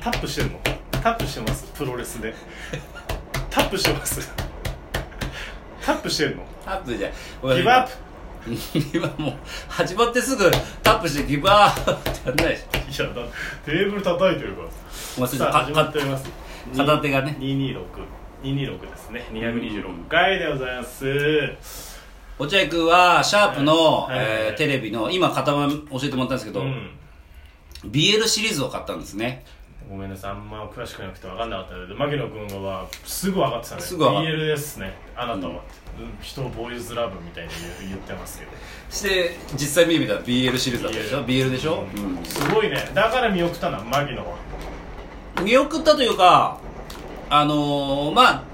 タップしてるのタップしてますプロレスでタップしてますタップしてるのタップじゃギブアップップ今もう始まってすぐタップしてギブアップってやんないでしょいやだテーブル叩いてるからお前それさあか始まっております片手がね226226ですね226回でございます落合君はシャープの、はいはいえーテレビの今片番教えてもらったんですけど、うん BL シリーズを買ったんですねごめんなさいあんま詳しくなくて分かんなかったけど牧野君はすぐ分かってたねすぐ分かった BL ですねあなたは、うん人をボーイズラブみたいに言う言ってますけどして実際見てみたら BL シリーズだったでしょ BL でしょ、うんすごいねだから見送ったな牧野は見送ったというかあのーまあ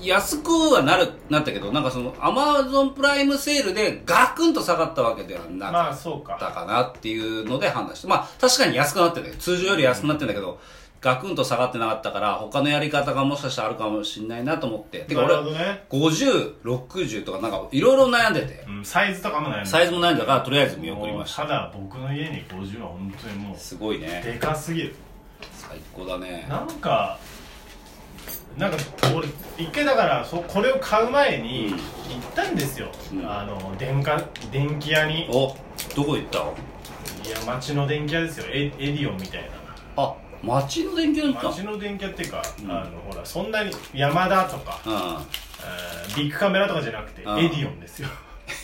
安くはなるなったけどなんかそのアマゾンプライムセールでガクンと下がったわけではなまかあそうったかかなっていうので判断してまあ確かに安くなってる通常より安くなってんだけど、ガクンと下がってなかったから他のやり方がもしかしたらあるかもしれないなと思っててかな俺るほどね、 5060とかなんかいろいろ悩んでてうん、サイズとかもないサイズズも悩んだからとりあえず見送りましたただ僕の家に50は本当にもうすごいねでかすぎる最高だねなんかなんか俺一回だからそこれを買う前にうん行ったんですよ、うんあの電化電気屋にいおどこ行ったや町の電気屋ですよエエディオンみたいあ町の電気屋にな行っ町の電気屋っていうか、うんあのほらそんなに山田とか、たのうんえービッグカメラとかじゃなくてエデあーィオンですよ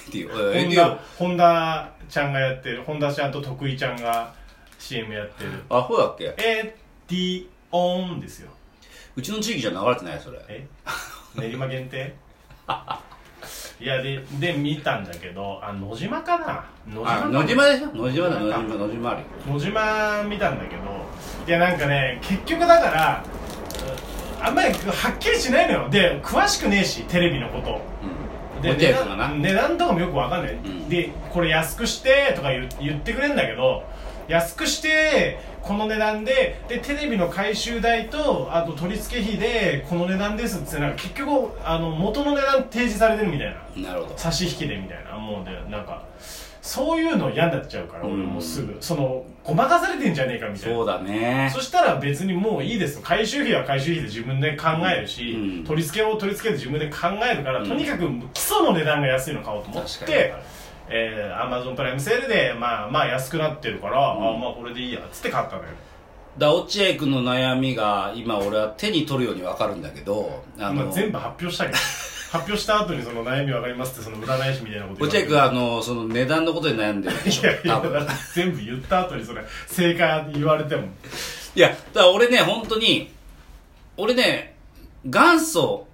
っていうえー本っていう田本田ちゃんがやってる本田ちゃんと徳井ちゃんが CM やってるあそうだっけエディオンですようちの地域じゃ流れてないそれえ練馬限 定いやでで見たんだけどあ野島かな野あか野島でしょ野島だ野野島か島野島あるよ野島見たんだけどいやなんかね結局だからうんあんまりはっきりしないのよで詳しくねえしテレビのことうんで落値合君がな段値段とかもよくわかんない、んでこれ安くしてとか言う言ってくれんだけど安くしてこの値段ででテレビの回収代とあと取り付け費でこの値段ですってなんか結局あの元の値段提示されてるみたいななるほど差し引きでみたいなもうでなんかそういうの嫌になっちゃうからうん俺もうすぐそのごまかされてんじゃねえかみたいなそうだねそしたら別にもういいですと回収費は回収費で自分で考えるし、うん取り付けを取り付けて自分で考えるから、うんとにかく基礎の値段が安いの買おうと思っ確かにて。えー、アマゾンプライムセールでまあまあ安くなってるから、あんまあこれでいいやっつって買ったのよだ落合君の悩みが今俺は手に取るように分かるんだけどあ今全部発表したけ ど発表した後にその悩みわかりますってその占い師みたいなこと言わ落れ合て君あのその値段のことに悩んでるでしいやいょ多や分だって全部言った後にそれ正解言われてもいやだから俺ね本当に俺ね元祖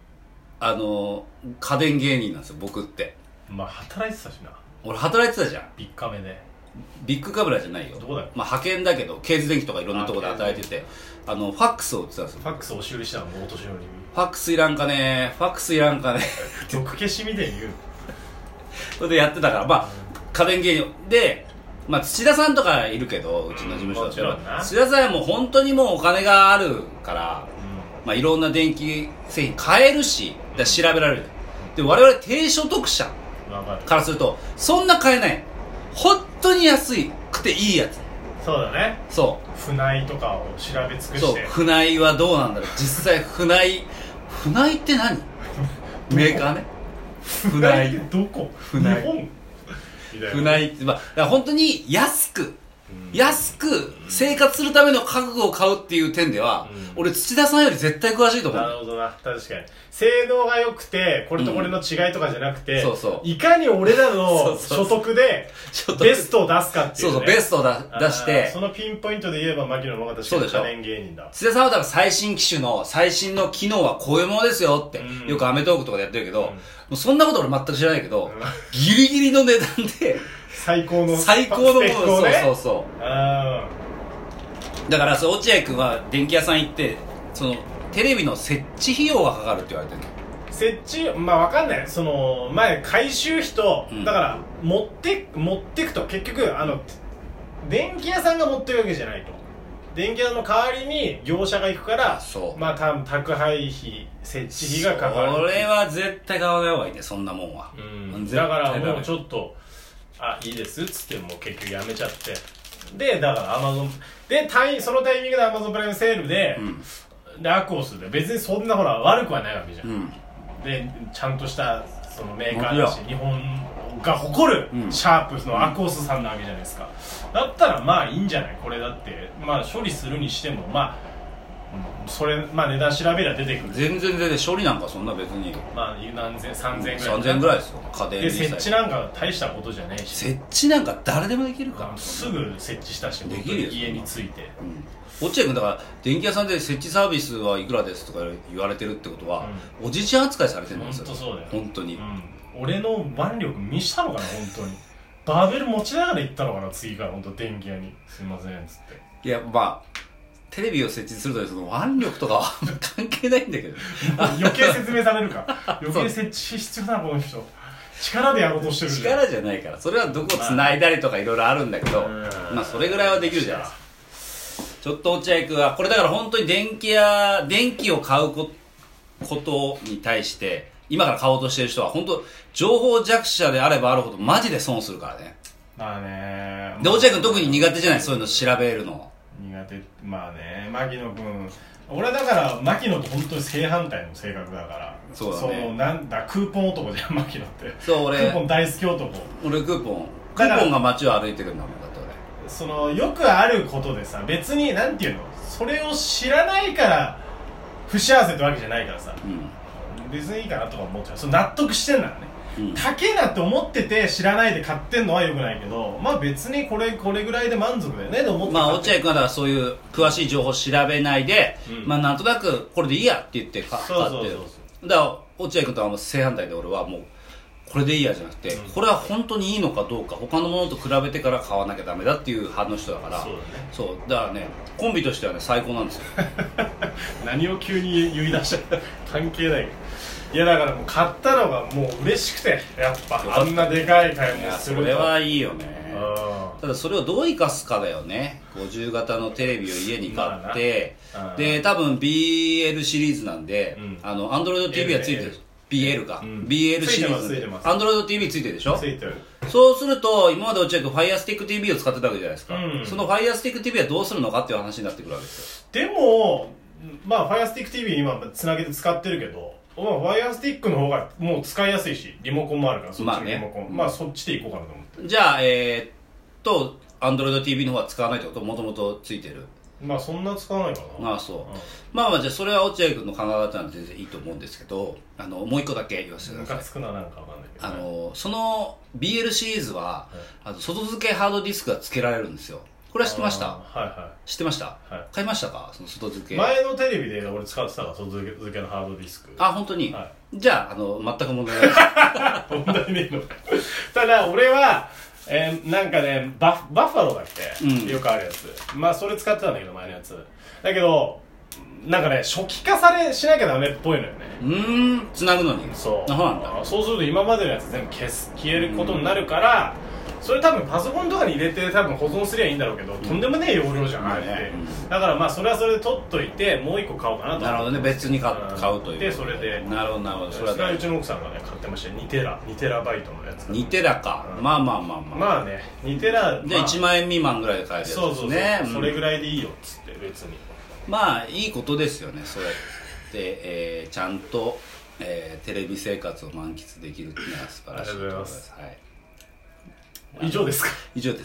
あの家電芸人なんですよ僕ってまあ働いてたしな俺働いてたじゃん3日目でビッグカメラじゃないよどこだよまあ、派遣だけどケーズ電機とかいろんなところで働いててあのファックスを売ってたんですよファックス押し売りしたのもうお年寄りにファックスいらんかねファックスいらんかね 毒消しみたいに言うそれでやってたからまあ家電芸人で、まあ、土田さんとかいるけどうちの事務所だけうんどもちろんな土田さんはもう本当にもうお金があるからまあ、いろんな電気製品買えるし、だから調べられる。で、我々低所得者うんわかるからすると、そんな買えない。本当に安いくていいやつ。そうだねそ船井とかを調べ尽う。くそしう。て船井はどうなんだろう。実際、船井。船井って何メーカーね。船って井。どこ船井日本みたいな船井って、まあ、だから本当に安く、うん安く生活するための家具を買うっていう点では、うん俺土田さんより絶対詳しいと思なう。るほどな確かに性能が良くてこれとこれの違いとかじゃなくて、うんそうそういかに俺らそのうそ所う得でちょっとベストを出すかってい、そうね、うそう、ベストを出出しあてーそ。のピンポイントで言えば牧野の方が確かそうにでしょ家電芸人だ津田さんはだから最新機種の最新の機能はこういうものですよって、うんよくアメトーークとかでやってるけど、うんもうそんなこと俺全く知らないけど、んギリギリの値段で、最高の最高のもの、スペックをねそうそうそあう。だから、そう、落合くんは電気屋さん行って、その、テレビの設置費用がかかるって言われてるのー設置まあわかんないその前回収費と、うんだから持って持ってくと結局あの電気屋さんが持ってるわけじゃないと電気屋の代わりに業者が行くからそうまあ多分宅配費設置費がかかるそれは絶対買わない方がいいね、そんなもんは。う絶ん対だからもうょちょっとあいいですっつってもう結局やめちゃってでだからアマゾンでタイそのタイミングでアマゾンプライムセールで、でアクオスで別にそんなほら悪くはないわけじゃん、うんでちゃんとしたそのメーカーいやだし日本が誇るうんシャープのアクオスさんなわけじゃないですか、だったらまあいいんじゃないこれだってまあ処理するにしてもまあうんそれまあ値段調べりゃ出てくる全然全然処理なんかそんな別にまあ何千3000円ぐらい3000ぐらいですよ家庭でに設置なんか大したことじゃねえし設置なんか誰でもできるからすぐ設置したしできるよ本当に家について、落合君だから電気屋さんで設置サービスはいくらですとか言われてるってことは、おじいちゃん扱いされてるん本ですよ当そうだよ本当に、うん、俺の腕力見したのかな本当にバーベル持ちながら行ったのかな次から本当電気屋にすいませんっつっていやまあテレビを設置するとその腕力とかは 関係ないんだけど余計説明される か余計設置必要だなこの人力でやろうとしてるじゃん力じゃないからそれはどこ繋いだりとかいろいろあるんだけど、うんまあそれぐらいはできるじゃないですかちょっと落合君はこれだから本当に電気屋電気を買うこことに対して今から買おうとしてる人は本当情報弱者であればあるほどマジで損するからねだねで落合君特に苦手じゃないそういうの調べるの苦手まあね牧野君俺はだから牧野と本当に正反対の性格だからそうだねのなんだクーポン男じゃん牧野ってそうク俺ーポン大好き男俺クーポンクだからーポンが街を歩いてるんだもんだって俺そのよくあることでさ別になんていうのそれを知らないから不幸せってわけじゃないからさう別にいいかなとか思っちゃうその納得してんならねん、うん、高えなって思ってて知らないで買ってんのはよくないけどまあ別にこれこれぐらいで満足だよねと思ってまあ買っ落て合君はだからそういう詳しい情報を調べないで、うんまあなんとなくこれでいいやって言ってか買ってそうそうそうだから落合君とはもう正反対で俺はもうこれでいいやじゃなくて、うんこれは本当にいいのかどうか他のものと比べてから買わなきゃダメだっていう派の人だからそうだねそうだからねコンビとしてはね最高なんですよ何を急に言い出した関係ないいやだからもう買ったのがもう嬉しくてやっぱあんなでかい買いい物やすそるとれはいいよねうんただそれをどう生かすかだよね50型のテレビを家に買って、まあなうんで多分 BL シリーズなんで、うんあの AndroidTV はついてる BL か、うん BL シリーズついでてます AndroidTV ついてるでしょついてるそうすると今まで落合君 FirestickTV を使ってたわけじゃないですか、うんその FirestickTV はどうするのかっていう話になってくるわけですよでもまあ FirestickTV 今つなげて使ってるけどまあ Firestick の方がもう使いやすいしリモコンもあるからそっちまあのねリモコンまあ,、うんそっちでいこうかなと思ってじゃあえー、っと AndroidTV の方は使わないってこともともとついてるまあそんな使わないかなああそう、まあまあじゃあそれは落合君の考え方なんで全然いいと思うんですけどあのもう一個だけ言わせてくムださカいつくななんかわかんないけどあのその BL シリーズは、あの外付けハードディスクが付けられるんですよこれは知ってましあたーはいは知ってました、はい買いましたかその外付いけ前のテレビで俺使ってたから外付けのハードディスクあ本当に、はじゃああの全く問題ない です問題ねえのただ俺は、えーなんかねバフバッファローだっけ、うんよくあるやつまあそれ使ってたんだけど前のやつだけどなんかね初期化されしなきゃダメっぽいのよねうーん繋ぐのにそうあそうなんだそうすると今までのやつ全部消す消えることになるから、それ多分パソコンとかに入れて多分保存すりゃいいんだろうけど、とんでもねえ容量じゃん、まああねれってうだからまあそれはそれで取っといてもう一個買おうかなとなるほどね別に買う買うというでそれでなるほどなるほどそそれれはは大う事ちの奥さんがね買ってましたよ2テラ2テラバイトのやつ2テラか、うんまあまあまあまあ、まあね2テラじゃあまあ1万円未満ぐらいで買えるやつですねそうそうそう、それんぐらいでいいよっつって別にまあいいことですよねそうやって、えーちゃんと、えーテレビ生活を満喫できるっていうのは素晴らしいありがとうございますはい、以上ですか以上で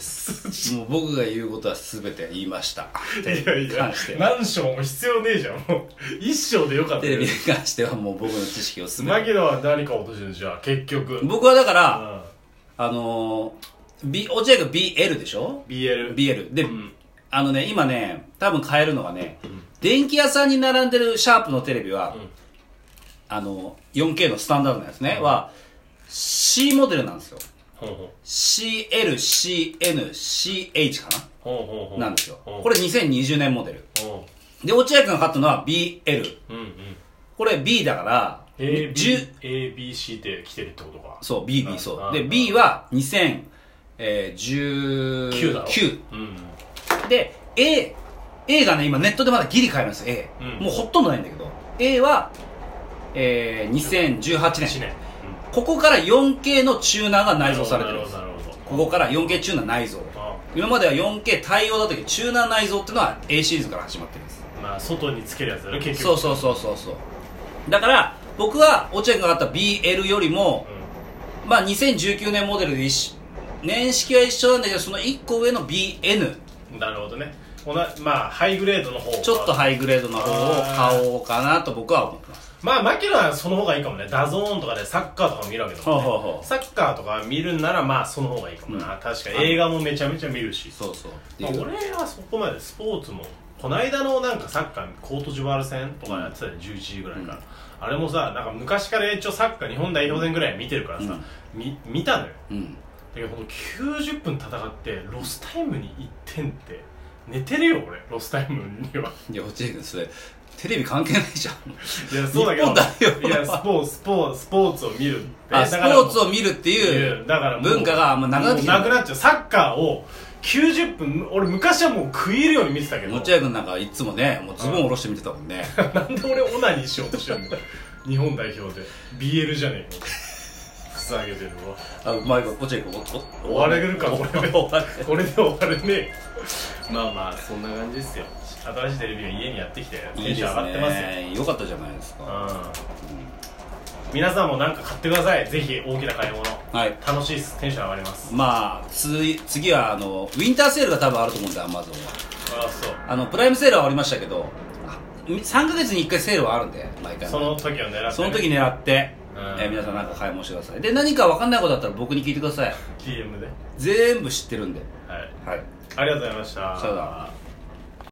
すもう僕が言うことは全て言いましたテレビに関して何章も必要ねえじゃんもう一章でよかったテレよビに関してはもう僕の知識を全て牧野は何か落としてるじゃあ結局僕はだから、ああのー、B 落合が BL でしょ BL BL で、うんあのね今ね多分買えるのがね、電気屋さんに並んでるシャープのテレビは、んあの 4K のスタンダードのやつね、は C モデルなんですよほうほう CLCNCH かほうほうほな、うなんですよほうこれ2020年モデルほで落合君が買ったのは BL ううんうんこれ B だから A 10 B A B C で来てるってことかそう B う B んそううんでうん B は2019、 9だろ9うんうんで A A がね今ネットでまだギリ買えます A、うんもうほとんどないんだけど A は、えー、2018 1年年ここから 4K のチューナーが内蔵されてるなんるほですどなるほどここから 4K チューナー内蔵あ今までは 4K 対応だったけど中南内蔵っていうのは A シリーズから始まってるんですまあ外につけるやつだろ結局そうそうそうそうそうだから僕は落合君が買った BL よりも、まあ、2019年モデルで一緒年式は一緒なんだけどその1個上の BN うんなるほどねおなまあハイグレードの方ちょっとハイグレードの方を買おうかなと僕は思ってますまあマキロはその方がいいかもねダゾーンとかでサッカーとか見るわけだもんねほうほうほうサッカーとか見るんならまあその方がいいかもな、うん確かに映画もめちゃめちゃ見るしそうそうっていまあ、う俺はそこまでスポーツもこの間のなんかサッカーコートジボワール戦とかやってたよね11時ぐらいから、うんあれもさなんか昔から一応サッカー日本代表戦ぐらい見てるからさ、み見たのようんだけどこの90分戦ってロスタイムに1点って寝てるよ俺ロスタイムに はいや落合君それテレビ関係ないじゃんいやそうだけど日本代表いやスポーツスポーツスポーツを見るってあだスポからもうーツを見るっていうだからもう文化があんまなくなってきたもうなくなっちゃうサッカーを90分俺昔はもう食い入るように見てたけど落合君なんかいつもねもうズボン下ろして見てたもんねなんで俺オナニーしようとしてるの日本代表で BL じゃねえかふざけてるわあうまいこと落合君終われるかこれで終わこれで終われねえまあまあそんな感じですよ新しいテレビが家にやってきていテいンでシすョン上がってますよねよかったじゃないですかうん皆さんもなんか買ってくださいぜひ大きな買い物はい楽しいですテンション上がりますまあつ次はあのウィンターセールが多分あると思うんでアマゾンはああそうあのプライムセールは終わりましたけどあ3ヶ月に1回セールはあるんで毎回その時を狙ってね、 その時狙って、うんえー皆さんなんか買い物してくださいで何か分かんないことだったら僕に聞いてください DM ではい全部知ってるんではいありがとうございましたさよなら